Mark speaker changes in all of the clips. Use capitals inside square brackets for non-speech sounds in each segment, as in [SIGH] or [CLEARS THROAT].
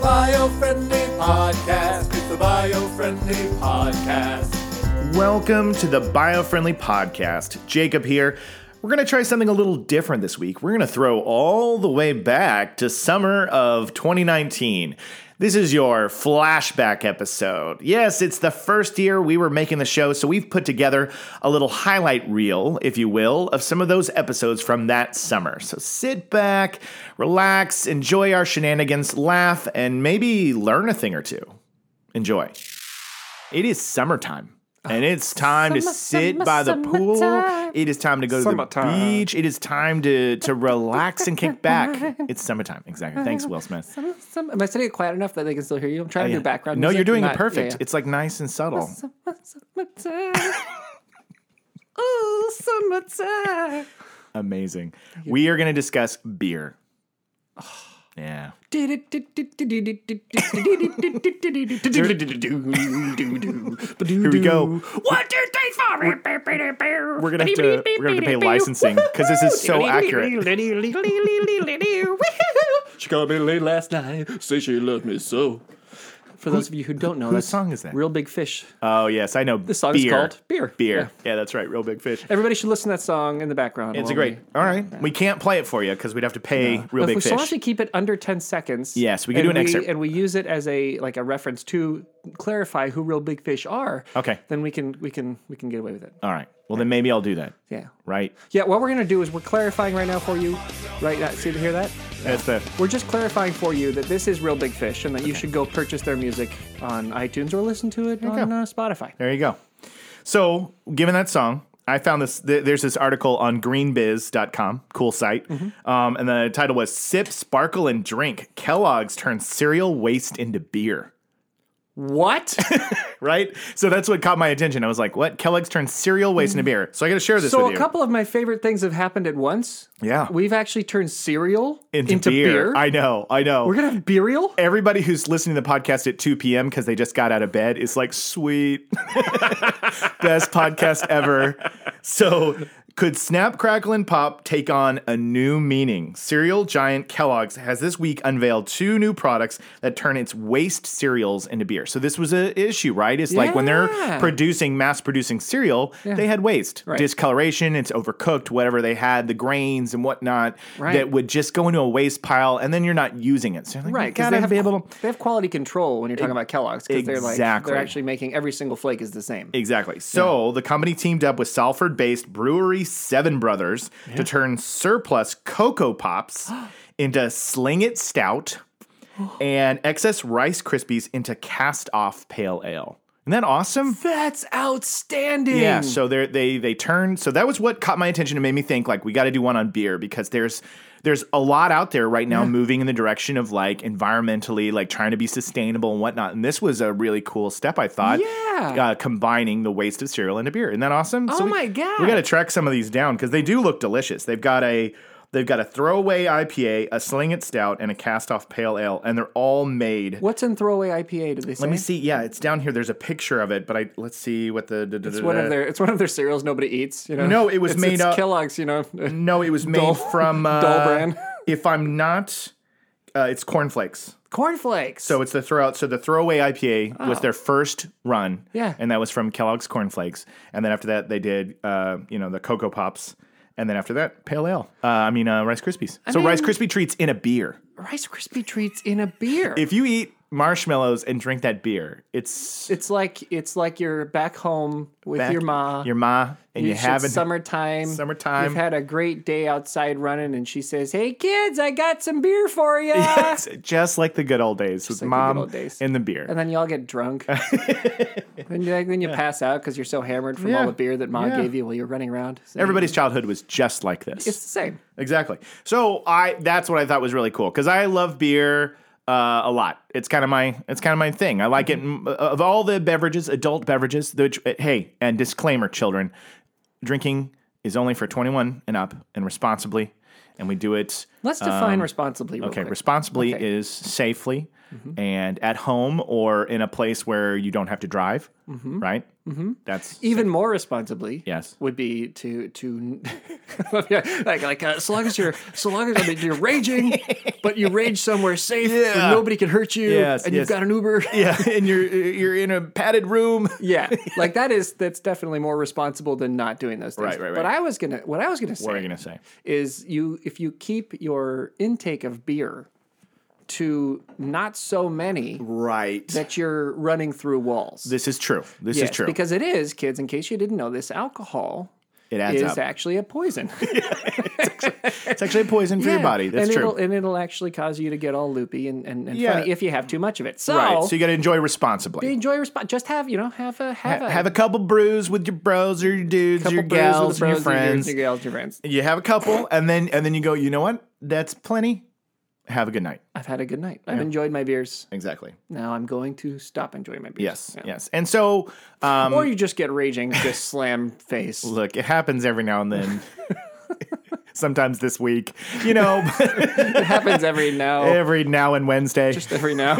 Speaker 1: bio-friendly podcast. It's the bio-friendly podcast.
Speaker 2: Welcome to the Biofriendly Podcast. Jacob here. We're going to try something a little different this week. We're going to throw all the way back to summer of 2019. This is your flashback episode. Yes, it's the first year we were making the show, so we've put together a little highlight reel, if you will, of some of those episodes from that summer. So sit back, relax, enjoy our shenanigans, laugh, and maybe learn a thing or two. Enjoy. It is summertime. And it's time to
Speaker 3: Ah, Summer,
Speaker 2: sit
Speaker 3: summer,
Speaker 2: by the pool.
Speaker 3: summertime.
Speaker 2: It is time to go to the
Speaker 1: Summertime.
Speaker 2: beach. It is time to to relax and kick
Speaker 3: [LAUGHS]
Speaker 2: back. It's summertime. Exactly. Thanks, Will Smith.
Speaker 3: Some, some, am I saying it quiet enough that they can still hear you? I'm trying
Speaker 2: Oh,
Speaker 3: to
Speaker 2: Yeah.
Speaker 3: do background.
Speaker 2: No,
Speaker 3: music,
Speaker 2: you're doing
Speaker 3: not-
Speaker 2: it perfect.
Speaker 3: yeah,
Speaker 2: It's like nice and subtle.
Speaker 3: yeah. Summertime. Ooh,
Speaker 2: [LAUGHS]
Speaker 3: summertime.
Speaker 2: Amazing. We are going to discuss
Speaker 3: [SIGHS]
Speaker 2: beer. Yeah.
Speaker 3: Here
Speaker 2: we go.
Speaker 3: One, two, three, four.
Speaker 2: We're going to have to we're going to pay licensing cuz this is so accurate.
Speaker 3: accurate.
Speaker 1: She called me late last night. Say she loved me so.
Speaker 3: [LAUGHS] For those of you who don't know,
Speaker 2: Whose
Speaker 3: that's
Speaker 2: song is that?
Speaker 3: Real Big Fish.
Speaker 2: Oh, yes, I know. The
Speaker 3: song's called Beer.
Speaker 2: Beer. Yeah. that's right. Real big fish.
Speaker 3: Everybody should listen to that song in the background.
Speaker 2: It's
Speaker 3: while
Speaker 2: a great.
Speaker 3: we-
Speaker 2: All right. We can't play it for you cuz we'd have to pay real
Speaker 3: But
Speaker 2: big
Speaker 3: if we, So long as
Speaker 2: fish.
Speaker 3: we keep it under ten seconds.
Speaker 2: Yes, we can do
Speaker 3: and
Speaker 2: an excerpt.
Speaker 3: and we use it as a like a reference to clarify who real big fish are.
Speaker 2: Okay.
Speaker 3: Then we can we can we can get away with it.
Speaker 2: All right. Well, then maybe I'll do that.
Speaker 3: Yeah.
Speaker 2: Right?
Speaker 3: Yeah. What we're gonna do is we're clarifying right now for you. Right. Now, see to hear that?
Speaker 2: That's the
Speaker 3: We're just clarifying for you that this is real big fish and that you should go purchase their music on iTunes or listen to it
Speaker 2: you
Speaker 3: on
Speaker 2: go.
Speaker 3: uh, Spotify.
Speaker 2: There you go. So, given that song, I found this. Th- there's this article on greenbiz.com, cool site.
Speaker 3: Mm-hmm.
Speaker 2: Um, and the title was Sip, Sparkle, and Drink Kellogg's Turns Cereal Waste into Beer. [LAUGHS]
Speaker 3: What?
Speaker 2: Right? So, that's what caught my attention. I was like, what? Kellogg's turns cereal waste into beer. So, I got to share this
Speaker 3: Mm-hmm. so
Speaker 2: with you.
Speaker 3: a couple of my favorite things have happened at once.
Speaker 2: Yeah.
Speaker 3: We've actually turned cereal
Speaker 2: into, beer. I know. I know.
Speaker 3: we're gonna have burial.
Speaker 2: Everybody who's listening to the podcast at 2 p.m. because they just got out of bed is like, sweet. [LAUGHS] Best podcast ever. So, could Snap, Crackle, and Pop take on a new meaning? Cereal giant Kellogg's has this week unveiled two new products that turn its waste cereals into beer. So, this was an issue, right? It's like when they're
Speaker 3: Yeah.
Speaker 2: producing, mass producing cereal, they had waste,
Speaker 3: Right.
Speaker 2: discoloration, it's overcooked, whatever they had, the grains and whatnot
Speaker 3: Right.
Speaker 2: that would just go into a waste pile and then you're not using it. So, you're like,
Speaker 3: Right,
Speaker 2: right?
Speaker 3: because
Speaker 2: Gotta
Speaker 3: they have
Speaker 2: be able to E-
Speaker 3: they have quality control when you're talking about Kellogg's because they're like
Speaker 2: Exactly. E
Speaker 3: they're actually making every single flake is the same.
Speaker 2: exactly. So the company teamed up with Salford-based brewery Seven Brothers to turn surplus cocoa pops [GASPS] into Sling It Stout and excess Rice Krispies into cast-off pale ale. Isn't that awesome?
Speaker 3: That's outstanding.
Speaker 2: Yeah, so they they they turn. So that was what caught my attention and made me think like we got to do one on beer because there's there's a lot out there right now moving in the direction of like environmentally like trying to be sustainable and whatnot. And this was a really cool step I thought.
Speaker 3: Yeah.
Speaker 2: Uh, combining the waste of cereal into beer. Isn't that awesome?
Speaker 3: Oh my God.
Speaker 2: We got to track some of these down because they do look delicious. They've got a they've got a throwaway IPA, a sling it stout, and a cast off pale ale, and they're all made.
Speaker 3: What's in throwaway IPA? Did they say?
Speaker 2: Let me see. Yeah, it's down here. There's a picture of it, but I let's see what the
Speaker 3: It's one of their it's one of their cereals nobody eats. You know.
Speaker 2: No, it was
Speaker 3: It's-
Speaker 2: made
Speaker 3: it's
Speaker 2: up- Mm.
Speaker 3: Kellogg's. You know. [LAUGHS]
Speaker 2: No, it was made
Speaker 3: Dull-
Speaker 2: from uh,
Speaker 3: [LAUGHS] dull bran.
Speaker 2: If I'm not, uh, it's cornflakes.
Speaker 3: Cornflakes.
Speaker 2: So it's the throwout. So the throwaway IPA was their first run.
Speaker 3: Oh. Yeah.
Speaker 2: and that was from Kellogg's cornflakes. And then after that, they did uh, you know the cocoa pops. And then after that, pale ale. Uh, I mean, uh, Rice Krispies. so Rice
Speaker 3: mean-
Speaker 2: Krispie treats in a beer.
Speaker 3: Rice Krispie treats in a beer.
Speaker 2: If you eat marshmallows and drink that beer, it's
Speaker 3: it's like it's like you're back home with
Speaker 2: back-
Speaker 3: your ma.
Speaker 2: your ma, and you,
Speaker 3: It's
Speaker 2: haven't.
Speaker 3: summertime.
Speaker 2: Summertime.
Speaker 3: You've had a great day outside running, and she says, "Hey kids, I got some beer for
Speaker 2: [LAUGHS]
Speaker 3: you."
Speaker 2: Yes, [LAUGHS] just like the good old days with
Speaker 3: like the good
Speaker 2: mom
Speaker 3: old days.
Speaker 2: and the beer.
Speaker 3: And then you all
Speaker 2: [LAUGHS]
Speaker 3: get drunk. then you, then you pass out because you're so hammered from
Speaker 2: Yeah.
Speaker 3: all the beer that mom
Speaker 2: Yeah.
Speaker 3: gave you while you're running around. So
Speaker 2: Everybody's childhood was just like this.
Speaker 3: It's the same.
Speaker 2: Exactly. So I that's what I thought was really cool because I love beer uh, a lot. It's kind of my it's kind of my thing. I like it mm, of all the beverages, adult beverages. Which, uh, hey, and disclaimer, children, drinking is only for twenty one and up and responsibly. and we do it.
Speaker 3: Let's define responsibly. Real
Speaker 2: Um, Okay, Mm-hmm.
Speaker 3: quick.
Speaker 2: responsibly
Speaker 3: Okay.
Speaker 2: is safely and at home or in a place where you don't have to drive, right? Mm-hmm. That's
Speaker 3: even more responsibly
Speaker 2: Yes.
Speaker 3: would be to [LAUGHS] to like like uh, so long as you're so long as I mean, you're raging but you rage somewhere safe
Speaker 2: Yeah.
Speaker 3: where nobody can hurt you
Speaker 2: Yes,
Speaker 3: and
Speaker 2: yes.
Speaker 3: you've got an uber
Speaker 2: [LAUGHS] yeah, and you're you're in a padded room.
Speaker 3: [LAUGHS] yeah like that is that's definitely more responsible than not doing those things
Speaker 2: Right, right, right.
Speaker 3: but i was gonna what i was gonna say
Speaker 2: What are you gonna say?
Speaker 3: is you if you keep your intake of beer to not so many
Speaker 2: Right.
Speaker 3: that you're running through walls
Speaker 2: This is true. This
Speaker 3: Yes,
Speaker 2: is true.
Speaker 3: because it is kids in case you didn't know this alcohol
Speaker 2: it adds
Speaker 3: is
Speaker 2: up.
Speaker 3: actually a
Speaker 2: [LAUGHS]
Speaker 3: poison
Speaker 2: it's actually a poison for your
Speaker 3: Yeah,
Speaker 2: body. That's
Speaker 3: and
Speaker 2: true.
Speaker 3: It'll, and it'll actually cause you to get all loopy and, and, and
Speaker 2: Yeah.
Speaker 3: funny if you have too much of it. So,
Speaker 2: right. So you got to enjoy responsibly.
Speaker 3: enjoy your spot. Just have, you know, have a, have
Speaker 2: Ha-
Speaker 3: a,
Speaker 2: have a couple brews with your bros or your dudes,
Speaker 3: couple
Speaker 2: your
Speaker 3: brews with the
Speaker 2: gals, and your
Speaker 3: bros and
Speaker 2: friends.
Speaker 3: Your, gals and your friends.
Speaker 2: You have a couple, and then and then you go. You know what? That's plenty. Have a good night.
Speaker 3: I've had a good night. I've enjoyed my beers.
Speaker 2: Exactly.
Speaker 3: Now I'm going to stop enjoying my beers.
Speaker 2: Yes.
Speaker 3: Yeah.
Speaker 2: Yes. And so, um,
Speaker 3: Or you just get raging, just slam face.
Speaker 2: look, it happens every now and then.
Speaker 3: [LAUGHS]
Speaker 2: [LAUGHS] Sometimes this week, you
Speaker 3: [LAUGHS]
Speaker 2: know,
Speaker 3: It happens every
Speaker 2: [LAUGHS]
Speaker 3: now,
Speaker 2: every now and Wednesday.
Speaker 3: just
Speaker 2: [LAUGHS]
Speaker 3: every now.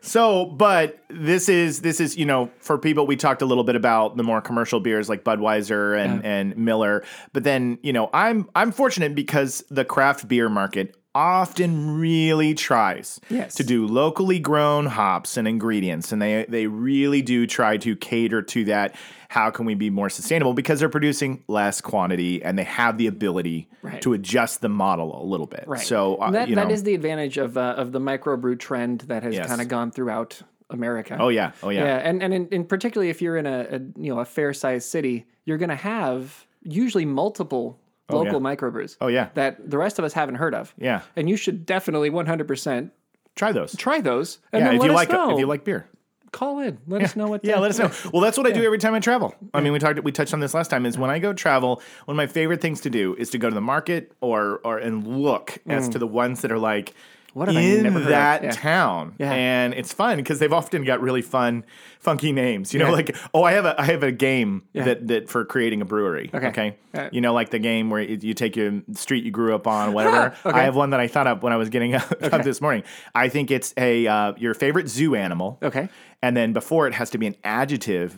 Speaker 2: So, but this is this is you know for people we talked a little bit about the more commercial beers like Budweiser and and Miller, but then you know I'm I'm fortunate because the craft beer market often really tries
Speaker 3: Yes.
Speaker 2: to do locally grown hops and ingredients and they they really do try to cater to that how can we be more sustainable because they're producing less quantity and they have the ability
Speaker 3: Right.
Speaker 2: to adjust the model a little bit so uh,
Speaker 3: that,
Speaker 2: you know
Speaker 3: that is the advantage of, uh, of the microbrew trend that has
Speaker 2: Yes.
Speaker 3: kind of gone throughout America.
Speaker 2: oh yeah oh
Speaker 3: Yeah, and and in, in particularly if you're in a, a you know a fair sized city, you're going to have usually multiple local microbrews.
Speaker 2: Oh, yeah.
Speaker 3: that the rest of us haven't heard of.
Speaker 2: Yeah.
Speaker 3: and you should definitely 100 percent
Speaker 2: try those
Speaker 3: try those. And
Speaker 2: yeah
Speaker 3: then
Speaker 2: if
Speaker 3: let
Speaker 2: you
Speaker 3: us
Speaker 2: like
Speaker 3: know.
Speaker 2: if you like beer
Speaker 3: call in. Let us know what.
Speaker 2: Yeah,
Speaker 3: the-
Speaker 2: let us know. Well, that's what I do every time I travel. I mean, we talked we touched on this last time. Is when I go travel, one of my favorite things to do is to go to the market or or and look as to the ones that are like
Speaker 3: What have I
Speaker 2: in
Speaker 3: never heard of?
Speaker 2: that
Speaker 3: Yeah.
Speaker 2: town,
Speaker 3: Yeah.
Speaker 2: and it's fun because they've often got really fun, funky names. You know, like oh, I have a I have a game that that for creating a brewery. Okay,
Speaker 3: Alright.
Speaker 2: you know, like the game where you you take your street you grew up on, whatever.
Speaker 3: okay.
Speaker 2: I have one that I thought up when I was getting [LAUGHS] up, up this morning. I think it's a uh, your favorite zoo animal.
Speaker 3: Okay.
Speaker 2: And then before it has to be an adjective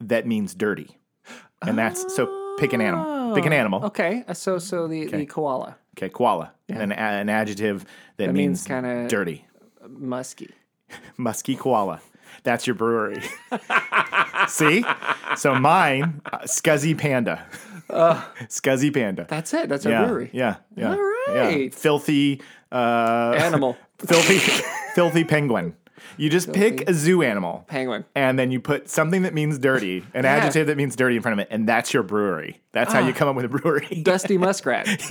Speaker 2: that means dirty. And that's so pick an animal. Pick an animal. Okay,
Speaker 3: Okay, uh, so so the, the koala
Speaker 2: koala. And then a- an adjective that,
Speaker 3: means
Speaker 2: means
Speaker 3: kinda-
Speaker 2: dirty.
Speaker 3: muskie.
Speaker 2: Musky koala. That's your brewery. [LAUGHS] See? So mine, uh, Scuzzy Panda. Scuzzy Panda.
Speaker 3: That's it. That's
Speaker 2: yeah,
Speaker 3: a brewery
Speaker 2: Yeah. Yeah.
Speaker 3: All
Speaker 2: yeah.
Speaker 3: right.
Speaker 2: Filthy uh,
Speaker 3: animal
Speaker 2: filthy [LAUGHS] filthy penguin. You just pick a zoo animal.
Speaker 3: penguin.
Speaker 2: and then you put something that means dirty, an adjective that means dirty in front of it, and that's your brewery. That's how you come up with a brewery.
Speaker 3: Dusty muskrat.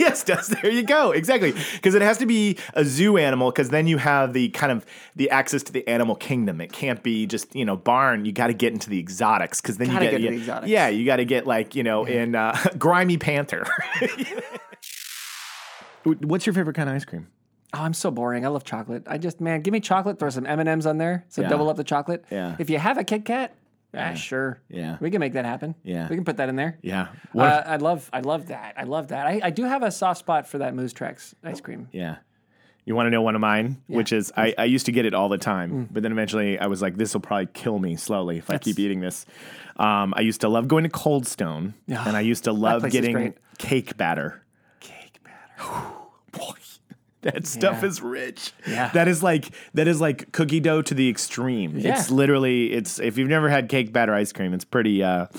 Speaker 2: [LAUGHS] yes, does there you go. Exactly. Because it has to be a zoo animal, because then you have the kind of the access to the animal kingdom. It can't be just, you know, barn. You gotta get into the exotics because then
Speaker 3: Gotta
Speaker 2: you get,
Speaker 3: get into
Speaker 2: yeah,
Speaker 3: the exotics.
Speaker 2: Yeah, you gotta get like, you know, in uh, [LAUGHS] grimy panther. [LAUGHS] What's your favorite kind of ice cream?
Speaker 3: Oh, I'm so boring. I love chocolate. I just man, give me chocolate. Throw some M and M's on there. So double up the chocolate.
Speaker 2: Yeah.
Speaker 3: If you have a Kit Kat, ah, sure.
Speaker 2: Yeah.
Speaker 3: We can make that happen.
Speaker 2: Yeah.
Speaker 3: We can put that in there.
Speaker 2: Yeah. What?
Speaker 3: Uh, I love, I love that. I love that. I, I do have a soft spot for that Moose Tracks ice cream.
Speaker 2: Yeah. You want to know one of mine, which is I, I used to get it all the time,
Speaker 3: Mm.
Speaker 2: but then eventually I was like, this will probably kill me slowly if I keep eating this. Um, I used to love going to Cold Stone, and I used to love
Speaker 3: place is
Speaker 2: getting
Speaker 3: great.
Speaker 2: cake batter.
Speaker 3: Cake batter.
Speaker 2: [SIGHS] Boy, [LAUGHS] that stuff is rich.
Speaker 3: Yeah.
Speaker 2: That is like that is like cookie dough to the extreme.
Speaker 3: Yeah.
Speaker 2: It's literally it's if you've never had cake batter ice cream, it's pretty uh [GASPS]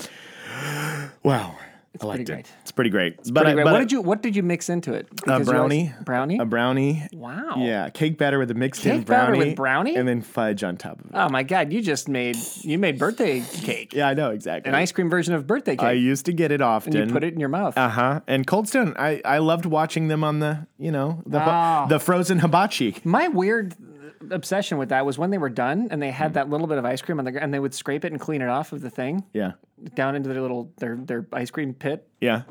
Speaker 2: wow. It's I liked
Speaker 3: pretty
Speaker 2: it.
Speaker 3: great.
Speaker 2: It's pretty great. but I-
Speaker 3: Anyway,
Speaker 2: but
Speaker 3: what
Speaker 2: I-
Speaker 3: did you, what did you mix into it?
Speaker 2: a
Speaker 3: Because you always-
Speaker 2: brownie,
Speaker 3: brownie.
Speaker 2: a brownie,
Speaker 3: wow.
Speaker 2: Yeah, cake batter with a mixed in
Speaker 3: Cake batter
Speaker 2: brownie,
Speaker 3: with brownie?
Speaker 2: and then fudge on top of it.
Speaker 3: Oh my God! You just made, you made birthday cake,
Speaker 2: Yeah, I know exactly.
Speaker 3: an ice cream version of birthday
Speaker 2: I
Speaker 3: cake.
Speaker 2: used to get it often.
Speaker 3: you put it in your mouth.
Speaker 2: Uh huh. And Cold Stone, I, I loved watching them on the you know the
Speaker 3: Wow.
Speaker 2: the frozen hibachi.
Speaker 3: My weird obsession with that was when they were done and they
Speaker 2: Hmm.
Speaker 3: had that little bit of ice cream on the gr- and they would scrape it and clean it off of the thing
Speaker 2: Yeah,
Speaker 3: down into their little their their ice cream pit.
Speaker 2: yeah.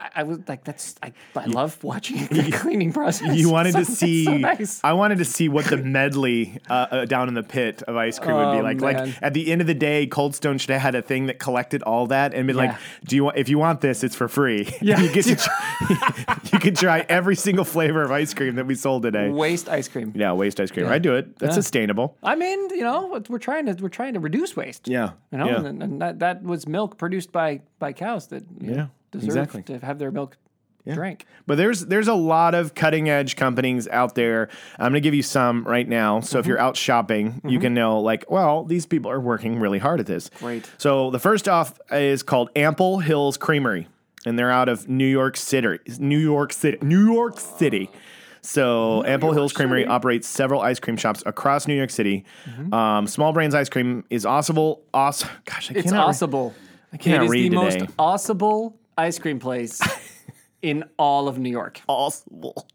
Speaker 3: I, I was like, that's I, I love watching
Speaker 2: [LAUGHS]
Speaker 3: [LAUGHS] the cleaning process.
Speaker 2: You wanted to
Speaker 3: [LAUGHS] It's so-
Speaker 2: see.
Speaker 3: it's so nice.
Speaker 2: I wanted to see what the medley uh, uh, down in the pit of ice cream would be
Speaker 3: Oh,
Speaker 2: like.
Speaker 3: man.
Speaker 2: Like at the end of the day, Cold Stone should have had a thing that collected all that and been
Speaker 3: Yeah.
Speaker 2: like, "Do you want? If you want this, it's for free. [LAUGHS]
Speaker 3: Yeah.
Speaker 2: you get to. try- [LAUGHS] you can try every single flavor of ice cream that we sold today.
Speaker 3: waste ice cream.
Speaker 2: yeah, waste ice cream. I do it. That's sustainable.
Speaker 3: I mean, you know, what we're trying to we're trying to reduce waste.
Speaker 2: Yeah.
Speaker 3: You know,
Speaker 2: yeah.
Speaker 3: and, and that, that was milk produced by by cows that you know,
Speaker 2: Yeah,
Speaker 3: deserve
Speaker 2: exactly.
Speaker 3: to have their milk drank.
Speaker 2: But there's there's a lot of cutting edge companies out there. I'm gonna give you some right now. So
Speaker 3: Mm-hmm.
Speaker 2: if you're out shopping, you can know like, well, these people are working really hard at this.
Speaker 3: Great.
Speaker 2: So the first off is called Ample Hills Creamery, and they're out of New York City. New York City. New York City. So Ample Hills Creamery operates several ice cream shops across New York City.
Speaker 3: Mm-hmm.
Speaker 2: Um, small brands ice cream is possible. Awesome. Gosh, I
Speaker 3: It's
Speaker 2: cannot. re-
Speaker 3: possible.
Speaker 2: I cannot
Speaker 3: it is
Speaker 2: read
Speaker 3: the
Speaker 2: today.
Speaker 3: most possible ice cream
Speaker 2: [LAUGHS]
Speaker 3: place in all of New York.
Speaker 2: Possible.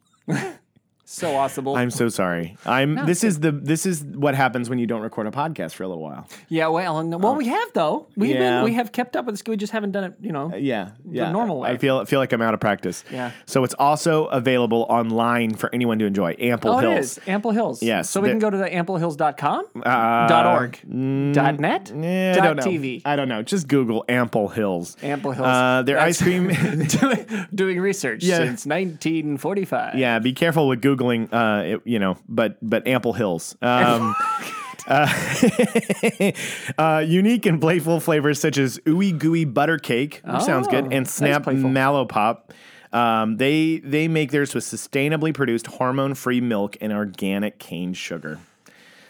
Speaker 3: So possible.
Speaker 2: I'm so sorry. I'm. this is the. This is what happens when you don't record a podcast for a little while.
Speaker 3: yeah, well, and, well, we have though. We've
Speaker 2: Yeah. Uh,
Speaker 3: been we have kept up with this. We just haven't done it. You know,
Speaker 2: Yeah, yeah.
Speaker 3: normal way.
Speaker 2: I feel feel like I'm out of practice.
Speaker 3: Yeah.
Speaker 2: So it's also available online for anyone to enjoy. Ample
Speaker 3: Oh, it
Speaker 2: Hills.
Speaker 3: is. Ample Hills.
Speaker 2: Yes,
Speaker 3: So we
Speaker 2: there-
Speaker 3: can go to the amplehills.com, dot org, dot net,
Speaker 2: Eh, Uh, mm, I
Speaker 3: dot
Speaker 2: don't know. [LAUGHS]
Speaker 3: TV.
Speaker 2: I don't know. Just Google Ample Hills.
Speaker 3: Ample Hills.
Speaker 2: Uh, their ice
Speaker 3: That's- [LAUGHS]
Speaker 2: cream.
Speaker 3: doing, doing research
Speaker 2: Yeah.
Speaker 3: since 1945.
Speaker 2: yeah. Be careful with googling. Uh, it- you know, but but Ample Hills.
Speaker 3: [LAUGHS]
Speaker 2: Um,
Speaker 3: Oh,
Speaker 2: uh, [LAUGHS] uh, unique and playful flavors such as ooey gooey butter cake, which sounds
Speaker 3: Oh,
Speaker 2: good,
Speaker 3: that
Speaker 2: and
Speaker 3: is
Speaker 2: snap
Speaker 3: playful.
Speaker 2: mallow pop. Um, they they make theirs with sustainably produced hormone free milk and organic cane sugar.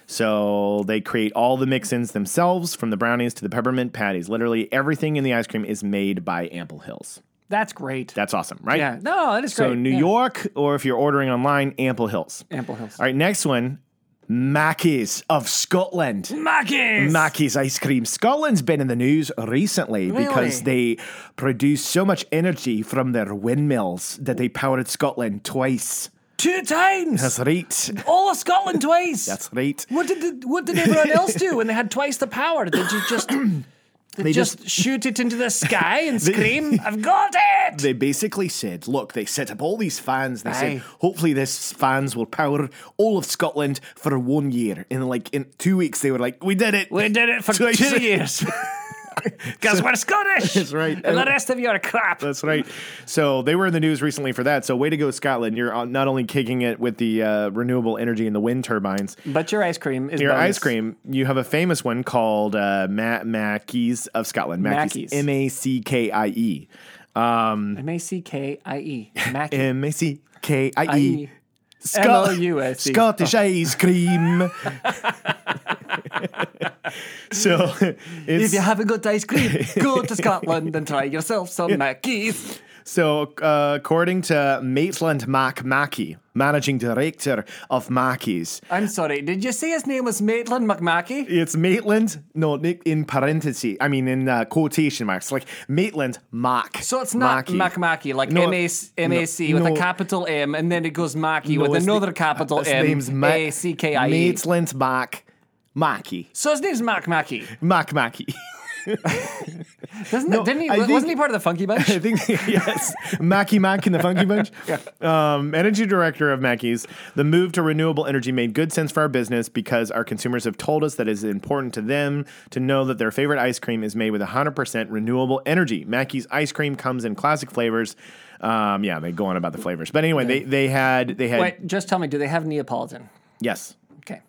Speaker 2: So they create all the mix-ins themselves, from the brownies to the peppermint patties. Literally everything in the ice cream is made by Ample Hills.
Speaker 3: That's great.
Speaker 2: That's awesome, right?
Speaker 3: yeah. No, that is
Speaker 2: So
Speaker 3: great.
Speaker 2: New
Speaker 3: Yeah.
Speaker 2: York, or if you're ordering online, Ample Hills.
Speaker 3: Ample Hills.
Speaker 2: All right, next one, Mackey's of Scotland.
Speaker 3: Mackey's.
Speaker 2: Mackey's ice cream. Scotland's been in the news recently because they produce so much energy from their windmills that they powered Scotland twice.
Speaker 3: Two times.
Speaker 2: That's right.
Speaker 3: All of Scotland
Speaker 2: [LAUGHS]
Speaker 3: twice.
Speaker 2: That's right.
Speaker 3: what did the, what did everyone else do when they had twice the power? Did you
Speaker 2: [CLEARS THROAT]
Speaker 3: just they just, shoot it into the
Speaker 2: [LAUGHS]
Speaker 3: sky and scream, "I've got it"?
Speaker 2: They basically said, look, they set up all these fans. They
Speaker 3: Aye.
Speaker 2: said, hopefully, this fans will power all of Scotland for one year. And like in two weeks, they were like, we did it.
Speaker 3: we did it for
Speaker 2: Twice. [LAUGHS]
Speaker 3: two years because we're Scottish.
Speaker 2: That's right.
Speaker 3: And the rest of you are crap.
Speaker 2: That's right. So they were in the news recently for that. So way to go, Scotland! You're on- not only kicking it with the uh, renewable energy and the wind turbines.
Speaker 3: But your ice cream is
Speaker 2: Your
Speaker 3: bonus.
Speaker 2: ice cream, you have a famous one called uh, Matt Mackey's of Scotland.
Speaker 3: Mackey's.
Speaker 2: Mackey's, M A C K I E, Um,
Speaker 3: M A C K I E. Mackey.
Speaker 2: M A C K I E.
Speaker 3: I-E. M-O-U-S-E.
Speaker 2: Scottish ice cream. so
Speaker 3: If
Speaker 2: it's
Speaker 3: you haven't got ice cream, go to Scotland and try
Speaker 2: [LAUGHS]
Speaker 3: yourself some Mackey's.
Speaker 2: So, uh, according to Maitland Mac Mackey, managing director of Mackey's,
Speaker 3: I'm sorry, did you say his name was Maitland McMackey?
Speaker 2: it's Maitland, no, Nick, in parentheses, I mean, in uh, quotation marks, like Maitland Mac.
Speaker 3: So it's not
Speaker 2: Mackey.
Speaker 3: McMackey, like
Speaker 2: No,
Speaker 3: M-A-C, M-A-C with
Speaker 2: no.
Speaker 3: a capital M, and then it goes Mackey
Speaker 2: No,
Speaker 3: with
Speaker 2: his na-
Speaker 3: another capital
Speaker 2: his
Speaker 3: M,
Speaker 2: name's Ma-
Speaker 3: A-C-K-I-E.
Speaker 2: Maitland Mac Mackey.
Speaker 3: E. So his name's Mac Mackey.
Speaker 2: Mac Mackey.
Speaker 3: Doesn't it, didn't he,
Speaker 2: I
Speaker 3: wasn't
Speaker 2: think-
Speaker 3: he part of the
Speaker 2: [LAUGHS]
Speaker 3: Funky Bunch?
Speaker 2: I think yes, Mackey Mack and the Funky Bunch. um, energy director of Mackey's. The move to renewable energy made good sense for our business because our consumers have told us that it is important to them to know that their favorite ice cream is made with 100% renewable energy. Mackey's ice cream comes in classic flavors. Um, yeah, they go on about the flavors, but anyway, they they had they had
Speaker 3: Wait, just tell me, do they have Neapolitan?
Speaker 2: yes.
Speaker 3: Okay.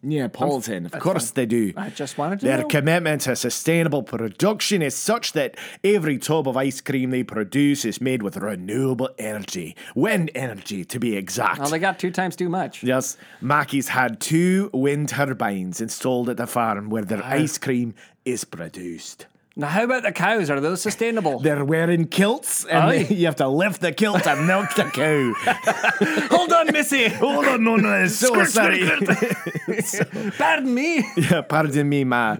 Speaker 2: Neapolitan, of course they do.
Speaker 3: I just wanted to
Speaker 2: Their
Speaker 3: know.
Speaker 2: commitment to sustainable production is such that every tub of ice cream they produce is made with renewable energy, wind energy to be exact.
Speaker 3: Well, they got two times too much.
Speaker 2: yes, Mackey's had two wind turbines installed at the farm where their ice cream is produced.
Speaker 3: Now, how about the cows? Are those
Speaker 2: [LAUGHS]
Speaker 3: sustainable?
Speaker 2: They're wearing kilts, and
Speaker 3: Aye.
Speaker 2: they- [LAUGHS] you have to lift the kilt to milk the
Speaker 3: [LAUGHS]
Speaker 2: cow.
Speaker 3: Hold on, Missy.
Speaker 2: Hold on, no,
Speaker 3: [LAUGHS]
Speaker 2: no, it's so sorry.
Speaker 3: Pardon me.
Speaker 2: [LAUGHS] Yeah, Pardon me, ma.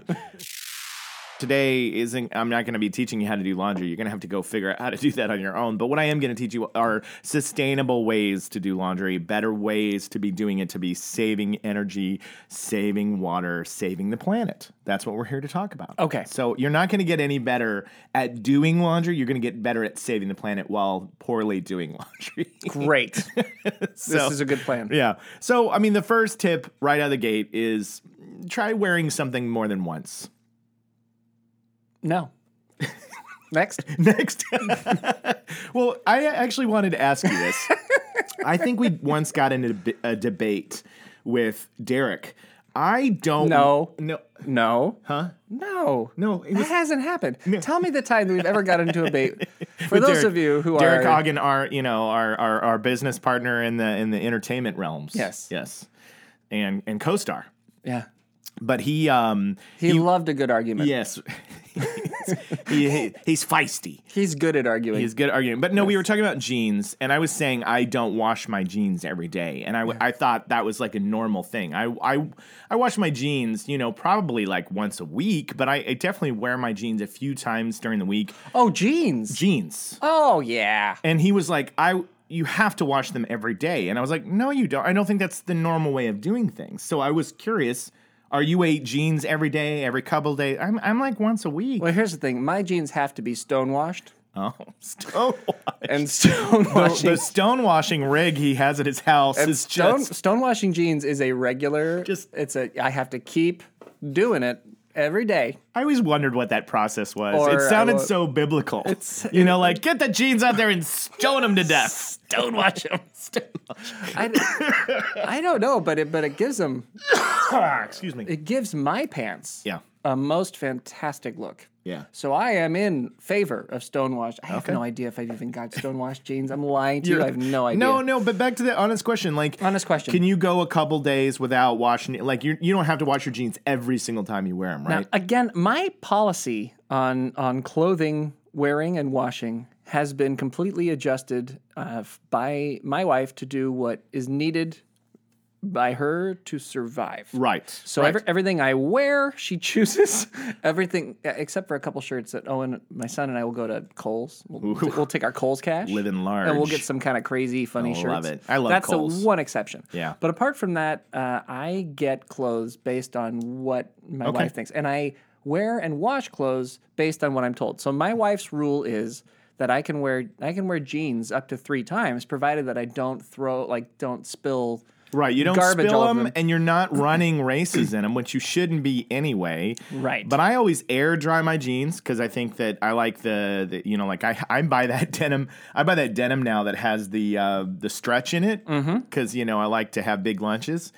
Speaker 2: today isn't I'm not going to be teaching you how to do laundry. You're going to have to go figure out how to do that on your own. But what I am going to teach you are sustainable ways to do laundry, better ways to be doing it to be saving energy, saving water, saving the planet. That's what we're here to talk about.
Speaker 3: Okay.
Speaker 2: So you're not going to get any better at doing laundry. You're going to get better at saving the planet while poorly doing [LAUGHS] laundry.
Speaker 3: Great.
Speaker 2: [LAUGHS] so,
Speaker 3: this is a good plan.
Speaker 2: yeah. So, I mean, the first tip right out of the gate is try wearing something more than once. [LAUGHS]
Speaker 3: No. Next.
Speaker 2: Next. well, I actually wanted to ask you
Speaker 3: [LAUGHS]
Speaker 2: this. I think we once got into a deb- a debate with Derek. I don't
Speaker 3: No.
Speaker 2: No.
Speaker 3: No.
Speaker 2: [LAUGHS] Huh?
Speaker 3: No.
Speaker 2: No, it
Speaker 3: It
Speaker 2: was-
Speaker 3: hasn't happened. Tell me the time that we've ever got into a bait. [LAUGHS]
Speaker 2: [LAUGHS]
Speaker 3: For
Speaker 2: With
Speaker 3: those
Speaker 2: Derek-
Speaker 3: of you who
Speaker 2: Derek
Speaker 3: are
Speaker 2: Ogden, our you know our, our our business partner in the in the entertainment realms.
Speaker 3: Yes.
Speaker 2: yes, and and co-star.
Speaker 3: Yeah.
Speaker 2: But he um
Speaker 3: He loved a good
Speaker 2: [LAUGHS]
Speaker 3: argument.
Speaker 2: yes, he, he- he's feisty.
Speaker 3: He's good at arguing.
Speaker 2: He's good arguing. But no, we were talking about jeans, and I was saying I don't wash my jeans every day, and I, w- I thought that was like a normal thing. I, I I wash my jeans, you know, probably like once a week, but I, I definitely wear my jeans a few times during the week.
Speaker 3: oh, jeans.
Speaker 2: Jeans,
Speaker 3: oh, yeah.
Speaker 2: and he was like, I you have to wash them every day, and I was like, no, you don't. I don't think that's the normal way of doing things. So I was curious. Are you a jeans every day, every couple days? I'm, I'm like once a week.
Speaker 3: Well, here's the thing. My jeans have to be stonewashed.
Speaker 2: [LAUGHS] Oh, stonewashing.
Speaker 3: And
Speaker 2: Well, the
Speaker 3: stonewashing
Speaker 2: stonewashing rig he has at his house
Speaker 3: and
Speaker 2: is
Speaker 3: stone,
Speaker 2: just
Speaker 3: stonewashing jeans is a regular
Speaker 2: Just-
Speaker 3: it's a I have to keep doing it every day.
Speaker 2: I always wondered what that process was.
Speaker 3: Or uh,
Speaker 2: it
Speaker 3: I
Speaker 2: sounded
Speaker 3: will-
Speaker 2: so biblical. you know, like get the jeans out there and stone them to death. Stonewash
Speaker 3: [LAUGHS]
Speaker 2: them.
Speaker 3: I, I don't know, but it but it gives them
Speaker 2: ah, Excuse me.
Speaker 3: it gives my pants
Speaker 2: Yeah.
Speaker 3: a most fantastic look.
Speaker 2: Yeah.
Speaker 3: So I am in favor of stonewashed. I have
Speaker 2: Okay.
Speaker 3: no idea if I've even got stonewashed jeans. I'm lying to you. I have no
Speaker 2: [LAUGHS]
Speaker 3: idea.
Speaker 2: No, no, but back to the honest question. Like
Speaker 3: Honest question.
Speaker 2: Can you go a couple days without washing it? Like you you don't have to wash your jeans every single time you wear them,
Speaker 3: Now,
Speaker 2: right?
Speaker 3: again, my policy on on clothing wearing and washing has been completely adjusted uh, f- by my wife to do what is needed by her to survive.
Speaker 2: right.
Speaker 3: So every, everything I wear, she chooses [LAUGHS] everything uh, except for a couple shirts that Owen, my son, and I will go to Kohl's. We'll, t- we'll take our Kohl's cash,
Speaker 2: Living
Speaker 3: and we'll
Speaker 2: large.
Speaker 3: get some kind of crazy, funny shirts.
Speaker 2: love it. I love
Speaker 3: That's
Speaker 2: Kohl's.
Speaker 3: the one exception.
Speaker 2: Yeah.
Speaker 3: But apart from that, uh, I get clothes based on what my wife thinks, and I wear and wash clothes based on what I'm told. So my wife's rule is that I can wear I can wear jeans up to three times, provided that I don't throw like don't spill.
Speaker 2: Right, you don't
Speaker 3: garbage
Speaker 2: spill
Speaker 3: all of
Speaker 2: them,
Speaker 3: them.
Speaker 2: and you're
Speaker 3: [CLEARS THROAT]
Speaker 2: not running races in them, which you shouldn't be anyway.
Speaker 3: Right.
Speaker 2: But I always air dry my jeans because I think that I like the, the you know, like I I buy that [LAUGHS] denim. I buy that denim now that has the uh, the stretch in it because
Speaker 3: Mm-hmm.
Speaker 2: you know I like to have big lunches,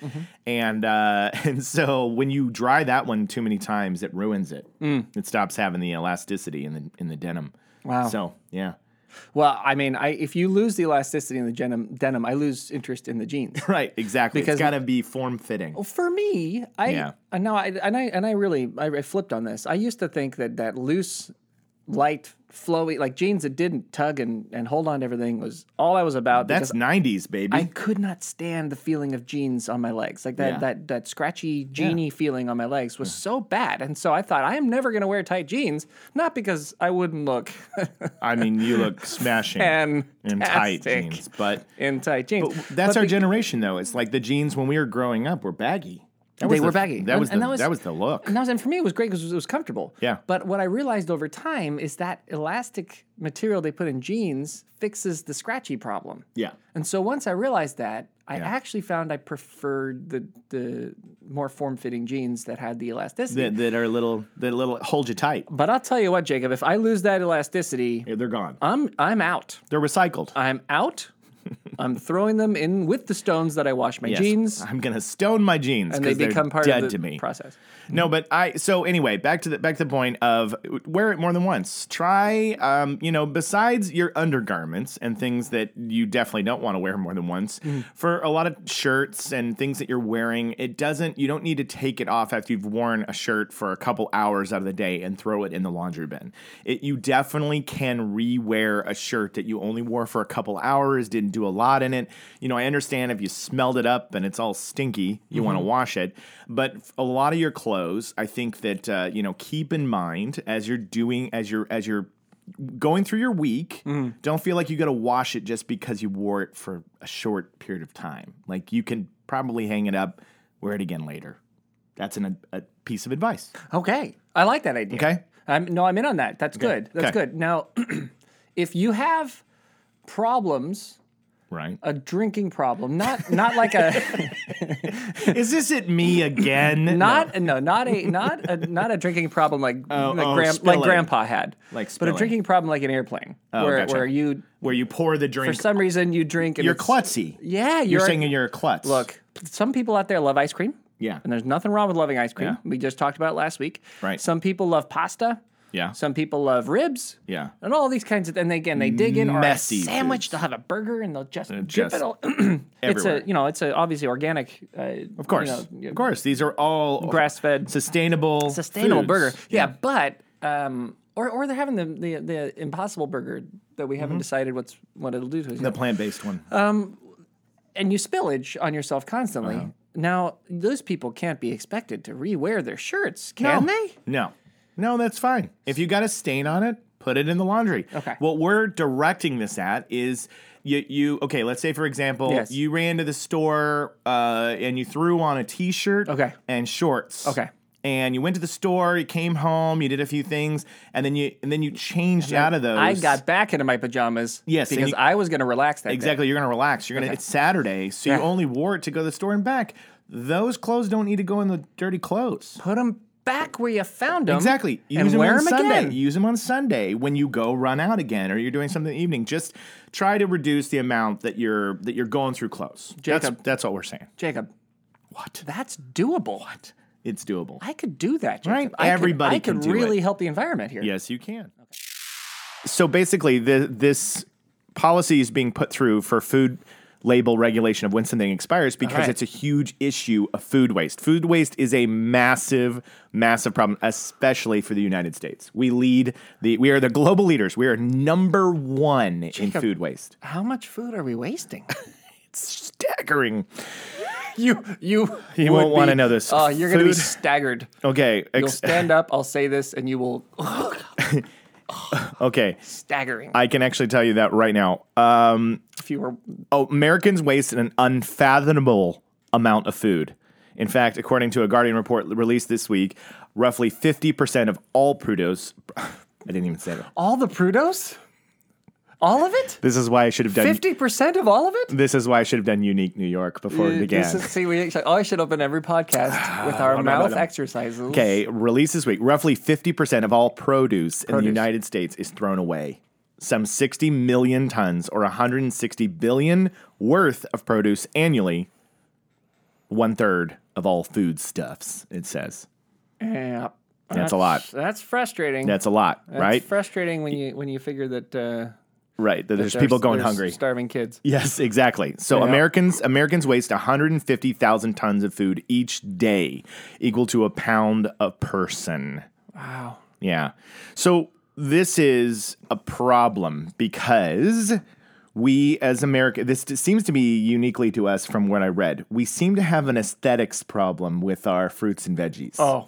Speaker 2: and uh, [LAUGHS] and so when you dry that one too many times, it ruins it. It stops having the elasticity in the in the denim.
Speaker 3: Mm. Wow.
Speaker 2: So yeah.
Speaker 3: Well, I mean, I if you lose the elasticity in the denim, denim I lose interest in the jeans. [LAUGHS]
Speaker 2: Right, exactly.
Speaker 3: Because- Oh,
Speaker 2: it's got to be form fitting.
Speaker 3: For me, I
Speaker 2: Yeah.
Speaker 3: I know, I, and I and I really I, I flipped on this. I used to think that that loose, light, flowy, like jeans that didn't tug and and hold on to everything was all I was about.
Speaker 2: That's
Speaker 3: because
Speaker 2: '90s, baby.
Speaker 3: I could not stand the feeling of jeans on my legs, like that
Speaker 2: Yeah.
Speaker 3: that that scratchy jeany feeling on my legs was so bad, and so I thought I am never going to wear tight jeans, not because I wouldn't look [LAUGHS]
Speaker 2: I mean, you look smashing
Speaker 3: and
Speaker 2: in tight jeans, but
Speaker 3: in tight jeans.
Speaker 2: that's
Speaker 3: But
Speaker 2: our
Speaker 3: be-
Speaker 2: generation, though. It's like the jeans when we were growing up were baggy. That
Speaker 3: They
Speaker 2: was the-
Speaker 3: were baggy.
Speaker 2: That
Speaker 3: And-
Speaker 2: was the,
Speaker 3: and
Speaker 2: that
Speaker 3: that
Speaker 2: was,
Speaker 3: was-
Speaker 2: the look.
Speaker 3: And that was, and for me, it was great because it was comfortable.
Speaker 2: Yeah.
Speaker 3: But what I realized over time is that elastic material they put in jeans fixes the scratchy problem.
Speaker 2: Yeah,
Speaker 3: And so once I realized that, I
Speaker 2: Yeah.
Speaker 3: actually found I preferred the the more form fitting jeans that had the elasticity.
Speaker 2: that, that are little that little hold you tight.
Speaker 3: but I'll tell you what, Jacob, if I lose that elasticity,
Speaker 2: Yeah, They're gone.
Speaker 3: I'm I'm out.
Speaker 2: They're recycled.
Speaker 3: I'm out. I'm throwing them in with the stones that I wash my
Speaker 2: Yes.
Speaker 3: jeans,
Speaker 2: I'm gonna stone my jeans
Speaker 3: and they
Speaker 2: because they
Speaker 3: become part
Speaker 2: dead
Speaker 3: of the
Speaker 2: to me.
Speaker 3: process.
Speaker 2: No, but I so anyway, back to the back to the point of wear it more than once. Try um, you know, besides your undergarments and things that you definitely don't want to wear more than once, for a lot of shirts and things that you're wearing, it doesn't you don't need to take it off after you've worn a shirt for a couple hours out of the day and throw it in the laundry bin. It you definitely can rewear a shirt that you only wore for a couple hours, didn't do a lot pot in it. You know, I understand if you smelled it up and it's all stinky, you want to wash it. But f- a lot of your clothes, I think that uh, you know, keep in mind as you're doing as you're as you're going through your week, don't feel like you got to wash it just because you wore it for a short period of time. Like you can probably hang it up, wear it again later. That's an, a piece of advice.
Speaker 3: Okay. I like that idea.
Speaker 2: Okay.
Speaker 3: I'm, no, I'm in on that. That's good. That's
Speaker 2: Okay.
Speaker 3: good. Now, [CLEARS THROAT] if you have problems,
Speaker 2: Right.
Speaker 3: a drinking problem, not not like
Speaker 2: [LAUGHS]
Speaker 3: a
Speaker 2: Is this it me again?
Speaker 3: [LAUGHS] not no not a not a not a drinking problem like like,
Speaker 2: oh,
Speaker 3: gran- like
Speaker 2: spilling.
Speaker 3: grandpa had,
Speaker 2: Like
Speaker 3: but a
Speaker 2: spilling. Oh,
Speaker 3: drinking problem like an airplane where
Speaker 2: gotcha.
Speaker 3: where you
Speaker 2: where you pour the
Speaker 3: for
Speaker 2: drink.
Speaker 3: some reason you drink and
Speaker 2: you're
Speaker 3: it's-
Speaker 2: klutzy.
Speaker 3: Yeah,
Speaker 2: You're,
Speaker 3: you're,
Speaker 2: saying you're a klutz.
Speaker 3: Look, some people out there love ice cream.
Speaker 2: Yeah.
Speaker 3: And there's nothing wrong with loving ice cream.
Speaker 2: Yeah.
Speaker 3: We just talked about it last week.
Speaker 2: Right.
Speaker 3: Some people love pasta.
Speaker 2: Yeah.
Speaker 3: Some people love ribs.
Speaker 2: Yeah.
Speaker 3: And all these kinds of and they again they dig in or a
Speaker 2: Messy
Speaker 3: sandwich,
Speaker 2: foods.
Speaker 3: they'll have a burger and they'll just, dip
Speaker 2: just
Speaker 3: it all. [CLEARS THROAT] it's
Speaker 2: everywhere.
Speaker 3: a you know, it's a obviously organic uh,
Speaker 2: Of course. of course. These are all
Speaker 3: grass fed
Speaker 2: sustainable
Speaker 3: sustainable
Speaker 2: foods.
Speaker 3: burger. Yeah, but um or, or they're having the, the the impossible burger that we
Speaker 2: Mm-hmm.
Speaker 3: haven't decided what's what it'll do to us. yet.
Speaker 2: The plant based one.
Speaker 3: Uh, and you spillage on yourself constantly.
Speaker 2: Uh-huh.
Speaker 3: Now, those people can't be expected to rewear their shirts, can they?
Speaker 2: No. No, that's fine. If you got a stain on it, put it in the laundry.
Speaker 3: Okay.
Speaker 2: What we're directing this at is you, you okay, let's say for example,
Speaker 3: Yes.
Speaker 2: you ran to the store uh, and you threw on a t shirt
Speaker 3: Okay.
Speaker 2: and shorts.
Speaker 3: Okay.
Speaker 2: And you went to the store, you came home, you did a few things, and then you and then you changed out of those.
Speaker 3: I got back into my pajamas
Speaker 2: Yes, and
Speaker 3: because
Speaker 2: you-
Speaker 3: I was going to relax that day.
Speaker 2: Exactly. You're gonna relax. You're gonna. It's Saturday, so you
Speaker 3: Yeah.
Speaker 2: only wore it to go to the store and back. Those clothes don't need to go in the dirty clothes.
Speaker 3: Put them back where you found them.
Speaker 2: Exactly. Use
Speaker 3: and
Speaker 2: them
Speaker 3: wear
Speaker 2: on
Speaker 3: 'em
Speaker 2: Sunday.
Speaker 3: again.
Speaker 2: Use them on Sunday when you go run out again, or you're doing something in the evening. Just try to reduce the amount that you're that you're going through clothes.
Speaker 3: Jacob.
Speaker 2: That's, that's all we're saying.
Speaker 3: Jacob,
Speaker 2: What?
Speaker 3: that's doable.
Speaker 2: It's doable.
Speaker 3: I could do that, Jacob.
Speaker 2: Right?
Speaker 3: I could-
Speaker 2: Everybody
Speaker 3: I could
Speaker 2: can do
Speaker 3: really help the environment here.
Speaker 2: Yes, you can. So basically, the, this policy is being put through for food label regulation of when something expires because
Speaker 3: right.
Speaker 2: it's a huge issue of food waste. Food waste is a massive, massive problem, especially for the United States. We lead the we are the global leaders. We are number one in food waste.
Speaker 3: How much food are we wasting?
Speaker 2: Staggering.
Speaker 3: [LAUGHS] you you
Speaker 2: You
Speaker 3: would
Speaker 2: won't wanna
Speaker 3: be-
Speaker 2: know this.
Speaker 3: [LAUGHS] Oh, you're going to be
Speaker 2: Food-
Speaker 3: staggered.
Speaker 2: Okay.
Speaker 3: You'll
Speaker 2: ex-
Speaker 3: [LAUGHS] stand up. I'll say this, and you will
Speaker 2: okay.
Speaker 3: staggering
Speaker 2: I can actually tell you that right now. Um,
Speaker 3: if you were
Speaker 2: oh, Americans waste an unfathomable amount of food. In fact, according to a Guardian report released this week, roughly 50% of all Prudos. [LAUGHS] I didn't even say that.
Speaker 3: all the Prudos, all of it.
Speaker 2: This is why I should have done.
Speaker 3: Fifty percent of all of it.
Speaker 2: This is why I should have done Unique New York before it began.
Speaker 3: Uh, This is, see, we actually, oh, I should open every [SIGHS] podcast with our mouth exercises.
Speaker 2: Okay, released this week. Roughly 50% of all produce, in the
Speaker 3: Produce.
Speaker 2: United States is thrown away. Some 60 million tons or 160 billion worth of produce annually. One third of all foodstuffs, it says.
Speaker 3: Yeah,
Speaker 2: That's a lot.
Speaker 3: That's frustrating.
Speaker 2: That's a lot,
Speaker 3: That's
Speaker 2: right?
Speaker 3: frustrating when you when you figure that uh,
Speaker 2: right. that there's
Speaker 3: there's-
Speaker 2: people going
Speaker 3: there's
Speaker 2: hungry.
Speaker 3: starving kids.
Speaker 2: Yes, exactly. So
Speaker 3: Yeah.
Speaker 2: Americans Americans waste 150,000 tons of food each day, equal to a pound a person.
Speaker 3: Wow.
Speaker 2: Yeah. So this is a problem because we as America this t- seems to be uniquely to us from what I read. We seem to have an aesthetics problem with our fruits and veggies.
Speaker 3: Oh,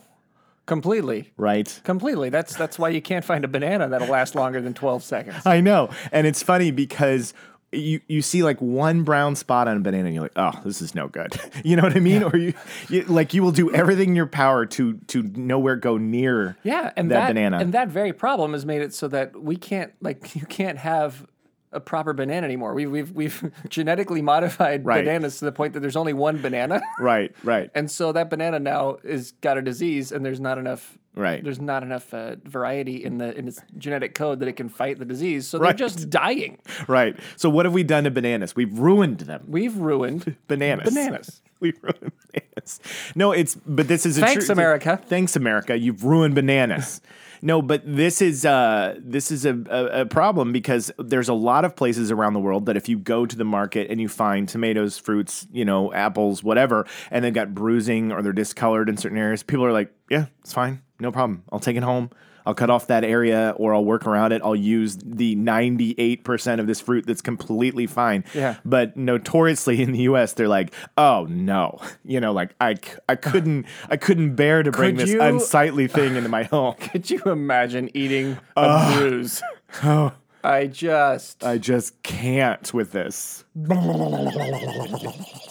Speaker 3: completely,
Speaker 2: Right?
Speaker 3: completely. That's that's why you can't find a banana that'll last longer than twelve
Speaker 2: [LAUGHS]
Speaker 3: seconds.
Speaker 2: I know. And it's funny because you, you see like one brown spot on a banana and you're like, oh, this is no good. [LAUGHS] You know what I mean? Or you, you like you will do everything in your power to to nowhere go near
Speaker 3: Yeah, and
Speaker 2: that, banana.
Speaker 3: and that very problem has made it so that we can't like [LAUGHS] you can't have a proper banana anymore. We've we've, we've [LAUGHS] genetically modified
Speaker 2: Right.
Speaker 3: bananas to the point that there's only one banana,
Speaker 2: right, right.
Speaker 3: [LAUGHS] and so that banana now is got a disease, and there's not enough
Speaker 2: Right.
Speaker 3: There's not enough uh, variety in the in its genetic code that it can fight the disease, so
Speaker 2: Right.
Speaker 3: they're just dying.
Speaker 2: right. So what have we done to bananas? We've ruined them.
Speaker 3: We've ruined
Speaker 2: bananas.
Speaker 3: Bananas.
Speaker 2: [LAUGHS] we ruined bananas. No, it's but this is a
Speaker 3: Thanks,
Speaker 2: true-
Speaker 3: America.
Speaker 2: Thanks, America. You've ruined bananas. no, but this is uh, this is a, a, a problem because there's a lot of places around the world that if you go to the market and you find tomatoes, fruits, you know, apples, whatever, and they've got bruising or they're discolored in certain areas, people are like, yeah, it's fine, no problem. I'll take it home. I'll cut off that area or I'll work around it. I'll use the 98% of this fruit that's completely fine.
Speaker 3: Yeah.
Speaker 2: But notoriously in the US, they're like, oh no. [LAUGHS] You know, like I, c- I couldn't I couldn't bear to bring
Speaker 3: Could
Speaker 2: this
Speaker 3: you-
Speaker 2: unsightly thing into my home.
Speaker 3: Could you imagine eating a bruise?
Speaker 2: [LAUGHS] Oh.
Speaker 3: I just.
Speaker 2: [LAUGHS] I just can't with this. [LAUGHS]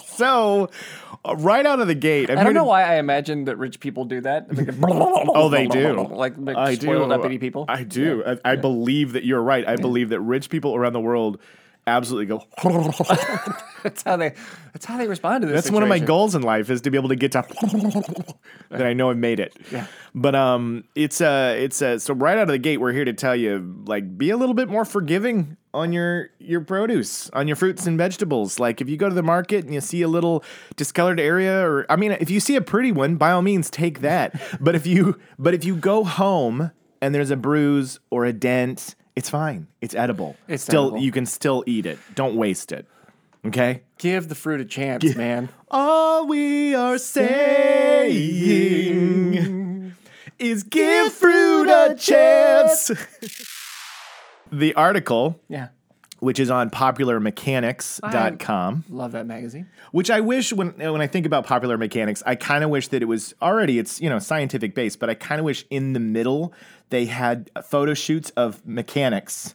Speaker 2: so, uh, right out of the gate, I'm
Speaker 3: I don't
Speaker 2: here
Speaker 3: know
Speaker 2: to-
Speaker 3: why I imagined that rich people do that.
Speaker 2: [LAUGHS] Oh,
Speaker 3: oh,
Speaker 2: they do.
Speaker 3: [LAUGHS] Like, like
Speaker 2: I
Speaker 3: spoiled
Speaker 2: do.
Speaker 3: uppity people.
Speaker 2: I do. I, I believe that you're right. I believe that rich people around the world absolutely go.
Speaker 3: [LAUGHS]
Speaker 2: [LAUGHS]
Speaker 3: that's how they. That's how they respond to this.
Speaker 2: That's one of my
Speaker 3: situation.
Speaker 2: goals in life is to be able to [LAUGHS] get to that I know I've made it.
Speaker 3: Yeah.
Speaker 2: But um, it's uh, it's uh, so right out of the gate, we're here to tell you like be a little bit more forgiving on your your produce, on your fruits and vegetables. Like if you go to the market and you see a little discolored area, or I mean, if you see a pretty one, by all means take
Speaker 3: [LAUGHS]
Speaker 2: that. but if you but if you go home and there's a bruise or a dent, it's fine. It's edible.
Speaker 3: It's
Speaker 2: still
Speaker 3: edible.
Speaker 2: you can still eat it. Don't waste it. Okay.
Speaker 3: Give the fruit a chance, man.
Speaker 2: All we are saying is give fruit a chance. [LAUGHS] the article,
Speaker 3: Yeah.
Speaker 2: which is on popularmechanics.com,
Speaker 3: Love that magazine.
Speaker 2: which I wish when when I think about popular mechanics, I kind of wish that it was already it's, you know, scientific based, but I kind of wish in the middle they had photo shoots of [LAUGHS] mechanics.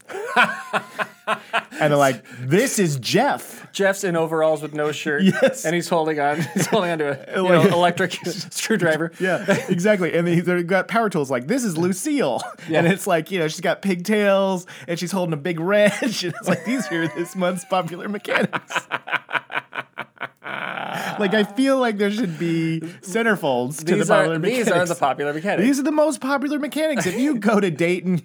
Speaker 2: and they're like, this is Jeff.
Speaker 3: Jeff's in overalls with no shirt.
Speaker 2: [LAUGHS] Yes.
Speaker 3: And he's holding on. [LAUGHS] He's holding
Speaker 2: [LAUGHS]
Speaker 3: onto a you know, electric [LAUGHS] screwdriver.
Speaker 2: Yeah,
Speaker 3: [LAUGHS]
Speaker 2: exactly. And they- they've got power tools like this is Lucille,
Speaker 3: Yeah.
Speaker 2: and it's like you know she's got pigtails and she's holding a big wrench, [LAUGHS] and it's like these are this month's popular mechanics. like I feel like there should be centerfolds to the
Speaker 3: These
Speaker 2: popular
Speaker 3: are
Speaker 2: mechanics.
Speaker 3: these are the popular mechanics.
Speaker 2: These are the most popular mechanics. If you go to Dayton,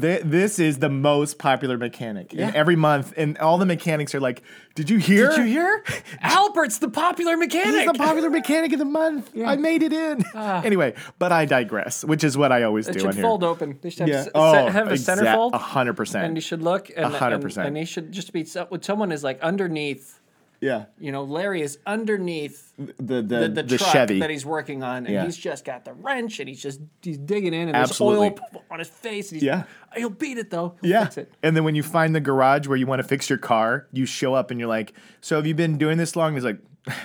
Speaker 2: th- this is the most popular mechanic.
Speaker 3: Yeah.
Speaker 2: And every month, and all the mechanics are like, "Did you hear?
Speaker 3: Did
Speaker 2: [LAUGHS]
Speaker 3: you hear? Albert's the popular mechanic.
Speaker 2: He's the popular mechanic of the month. I made it in. Anyway, but I digress, which is what I always
Speaker 3: Ah. It
Speaker 2: do on
Speaker 3: should
Speaker 2: here.
Speaker 3: fold open. They should have,
Speaker 2: yeah.
Speaker 3: s-
Speaker 2: oh,
Speaker 3: have a
Speaker 2: exact-
Speaker 3: centerfold.
Speaker 2: A hundred percent.
Speaker 3: and you should look and,
Speaker 2: A hundred
Speaker 3: and-
Speaker 2: percent.
Speaker 3: and they should just be so- when someone is like underneath
Speaker 2: Yeah.
Speaker 3: you know larry is underneath the,
Speaker 2: The the the,
Speaker 3: the, truck
Speaker 2: Chevy.
Speaker 3: that he's working on and
Speaker 2: Yeah.
Speaker 3: he's just got the wrench and he's just he's digging in and
Speaker 2: Absolutely.
Speaker 3: there's oil p- on his face and he's,
Speaker 2: Yeah.
Speaker 3: he'll beat it though he'll
Speaker 2: yeah.
Speaker 3: fix it
Speaker 2: And then when you find the garage where you want to fix your car, you show up and you're like, "So have you been doing this long?" And he's like. [LAUGHS]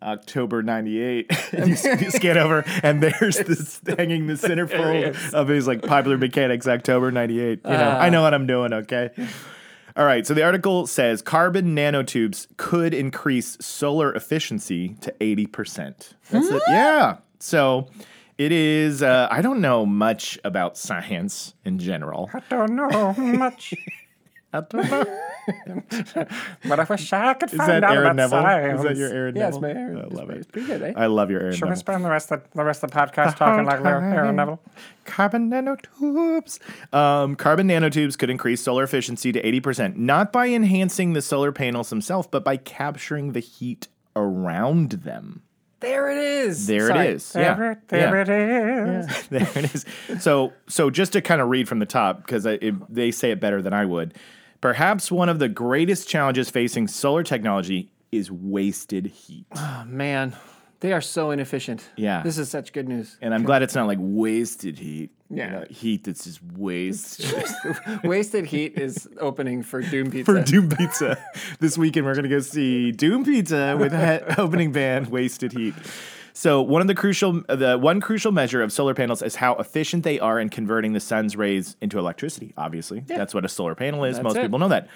Speaker 2: October [LAUGHS] '98. you, s- you scan over, and there's
Speaker 3: [LAUGHS]
Speaker 2: this hanging the
Speaker 3: There he
Speaker 2: centerfold
Speaker 3: is.
Speaker 2: of his like popular
Speaker 3: [LAUGHS]
Speaker 2: mechanics. October '98. You know,
Speaker 3: Ah.
Speaker 2: I know what I'm doing. Okay. All right, so the article says carbon nanotubes could increase solar efficiency to 80%. That's it. Yeah. So it is, uh, I don't know much about science in general.
Speaker 3: i
Speaker 4: Oh,
Speaker 3: don't know much
Speaker 2: I [LAUGHS] don't know. Is
Speaker 3: but i wish
Speaker 2: [LAUGHS]
Speaker 3: i could find
Speaker 2: that Aaron Neville? Is that your Aaron
Speaker 3: yeah, it's
Speaker 2: Neville?
Speaker 3: my Aaron.
Speaker 2: I love it. Uh,
Speaker 3: pretty good eh?
Speaker 2: I love your Aaron
Speaker 4: Should we
Speaker 2: Neville.
Speaker 4: spend the rest of the rest of the podcast talking like Lar- Aaron Neville?
Speaker 2: Carbon nanotubes. Um, carbon nanotubes could increase solar efficiency to 80%, not by enhancing the solar panels themselves, but by capturing the heat around them.
Speaker 3: there it is
Speaker 2: There
Speaker 3: Sorry.
Speaker 2: it is.
Speaker 4: There,
Speaker 2: yeah.
Speaker 4: it- there
Speaker 2: yeah.
Speaker 4: it is.
Speaker 2: [LAUGHS] there it is. So, so just to kind of read from the top because they say it better than I would. Perhaps one of the greatest challenges facing solar technology is wasted heat,
Speaker 3: oh, man they are so inefficient
Speaker 2: Yeah.
Speaker 3: this is such good news
Speaker 2: and I'm glad it's not like wasted heat. you
Speaker 3: Yeah.
Speaker 2: know, heat that's just wasted.
Speaker 3: wasted heat is opening for doom
Speaker 2: [LAUGHS]
Speaker 3: pizza
Speaker 2: For Doom Pizza [LAUGHS] this weekend, we're gonna go see Doom Pizza with he- [LAUGHS] opening band Wasted Heat. So one of the crucial, the one crucial measure of solar panels is how efficient they are in converting the sun's rays into electricity. Obviously, that's what a solar panel is. Most
Speaker 3: it.
Speaker 2: people know that.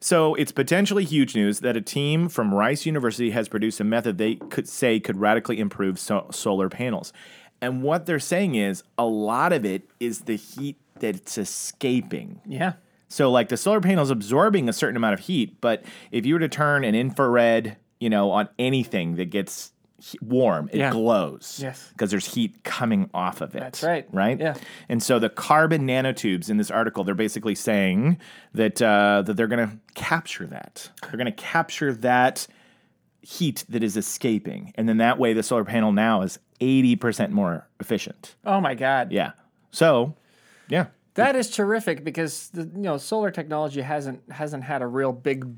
Speaker 2: So it's potentially huge news that a team from Rice University has produced a method they could say could radically improve so- solar panels. And what they're saying is a lot of it is the heat that's escaping.
Speaker 3: yeah
Speaker 2: So like the solar panel is absorbing a certain amount of heat, but if you were to turn an infrared, you know, on anything that gets he- warm, it
Speaker 3: Yeah.
Speaker 2: glows.
Speaker 3: Yes.
Speaker 2: Because there's heat coming off of it. That's
Speaker 3: right.
Speaker 2: Right.
Speaker 3: Yeah.
Speaker 2: And so the carbon nanotubes in this article, they're basically saying that uh, that they're going to capture that. They're going to capture that heat that is escaping, and then that way the solar panel now is eighty percent more efficient.
Speaker 3: oh my god
Speaker 2: Yeah. So, yeah.
Speaker 3: That is terrific because the, you know solar technology hasn't hasn't had a real big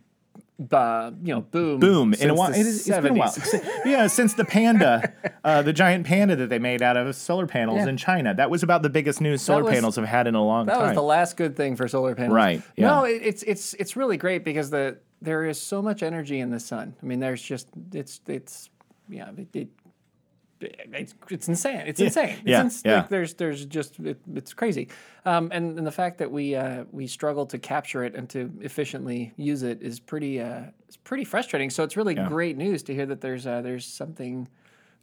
Speaker 3: uh, you know, boom,
Speaker 2: boom in a
Speaker 3: since
Speaker 2: while.
Speaker 3: the
Speaker 2: It is, it's been a while.
Speaker 3: 70s.
Speaker 2: yeah, since the panda, uh, the giant panda that they made out of solar panels
Speaker 3: Yeah.
Speaker 2: in China. That was about the biggest news solar
Speaker 3: was-
Speaker 2: panels have had in a long
Speaker 3: That
Speaker 2: time.
Speaker 3: was the last good thing for solar panels,
Speaker 2: Right,
Speaker 3: No,
Speaker 2: yeah.
Speaker 3: it, it's it's it's really great because the there is so much energy in the sun. I mean, there's just it's it's yeah it. it it's, it's insane. It's insane. It's
Speaker 2: yeah,
Speaker 3: ins-
Speaker 2: yeah.
Speaker 3: Like there's there's just it, it's crazy, um, and and the fact that we uh, we struggle to capture it and to efficiently use it is pretty uh, it's pretty frustrating. So it's really great news to hear that there's uh, there's something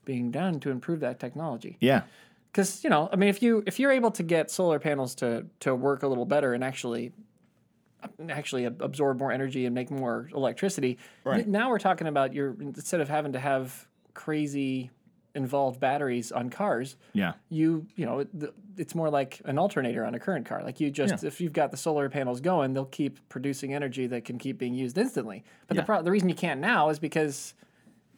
Speaker 3: being done to improve that technology
Speaker 2: yeah.
Speaker 3: because you know i mean if you if you're able to get solar panels to to work a little better and actually actually ab- absorb more energy and make more electricity right. now we're talking about your instead of having to have crazy involved batteries on cars
Speaker 2: Yeah.
Speaker 3: you you know it, th- it's more like an alternator on a current car like you just if you've got the solar panels going they'll keep producing energy that can keep being used instantly but the pro- the reason you can't now is because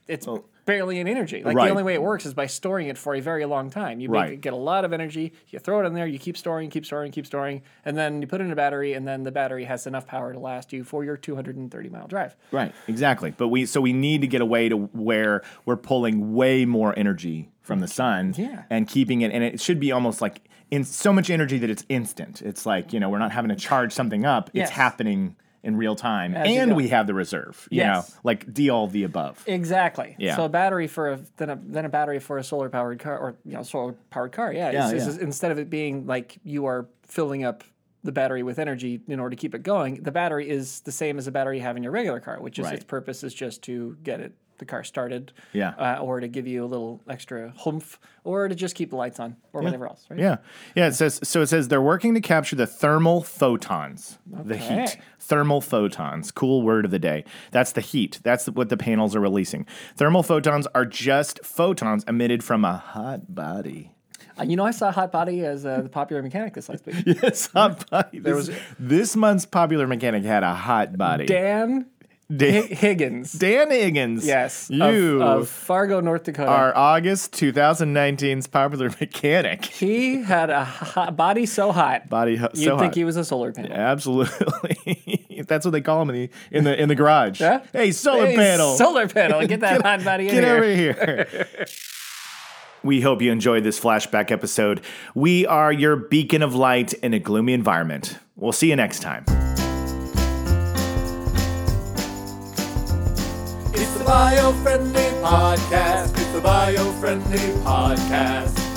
Speaker 3: it's barely an energy like
Speaker 2: Right.
Speaker 3: the only way it works is by storing it for a very long time you make
Speaker 2: Right.
Speaker 3: it get a lot of energy you throw it in there you keep storing keep storing keep storing and then you put it in a battery and then the battery has enough power to last you for your 230 mile drive
Speaker 2: Right. Exactly. But we so we need to get away to where we're pulling way more energy from the sun
Speaker 3: Yeah.
Speaker 2: and keeping it and it should be almost like in so much energy that it's instant. It's like, you know, we're not having to charge something up.
Speaker 3: Yes.
Speaker 2: It's happening in real time.
Speaker 3: you
Speaker 2: and
Speaker 3: go.
Speaker 2: we have the reserve. You
Speaker 3: Yes.
Speaker 2: know, like D all the above.
Speaker 3: Exactly.
Speaker 2: Yeah.
Speaker 3: So a battery for a then a then a battery for a solar powered car or you know solar powered car. Yeah.
Speaker 2: Yeah,
Speaker 3: it's, it's
Speaker 2: yeah.
Speaker 3: just- instead of it being like you are filling up the battery with energy in order to keep it going, the battery is the same as a battery you have in your regular car, which is
Speaker 2: Right.
Speaker 3: its purpose is just to get it the car started.
Speaker 2: Yeah.
Speaker 3: Uh, or to give you a little extra humph, or to just keep the lights on, or whatever else. Right.
Speaker 2: Yeah. Yeah. It says so it says they're working to capture the thermal photons. The heat.
Speaker 3: Okay.
Speaker 2: Thermal photons. Cool word of the day. That's the heat. That's what the panels are releasing. Thermal photons are just photons emitted from a hot
Speaker 3: [LAUGHS]
Speaker 2: body.
Speaker 3: Uh, you know, I saw Hot Body as uh, the popular mechanic this
Speaker 2: [LAUGHS]
Speaker 3: last week.
Speaker 2: Yes, hot body. There was this month's popular mechanic had a hot body.
Speaker 3: Dan
Speaker 2: [LAUGHS] Dan,
Speaker 3: Higgins.
Speaker 2: Dan Higgins.
Speaker 3: Yes, of-
Speaker 2: You
Speaker 3: of, Fargo, North Dakota.
Speaker 2: are August 2019's popular mechanic. [LAUGHS]
Speaker 3: He had a hot, body so hot.
Speaker 2: Body ho-
Speaker 3: You'd
Speaker 2: so
Speaker 3: think
Speaker 2: hot.
Speaker 3: he was a solar panel.
Speaker 2: Absolutely. [LAUGHS] That's what they call him in the in the in the garage.
Speaker 3: Yeah?
Speaker 2: Hey, solar
Speaker 3: Hey,
Speaker 2: panel.
Speaker 3: Solar panel. Get that hot body
Speaker 2: [LAUGHS]
Speaker 3: in
Speaker 2: Get
Speaker 3: here.
Speaker 2: over
Speaker 3: [LAUGHS]
Speaker 2: here. we hope you enjoyed this flashback episode. We are your beacon of light in a gloomy environment. We'll see you next time.
Speaker 1: It's the bio friendly podcast. It's the bio friendly podcast.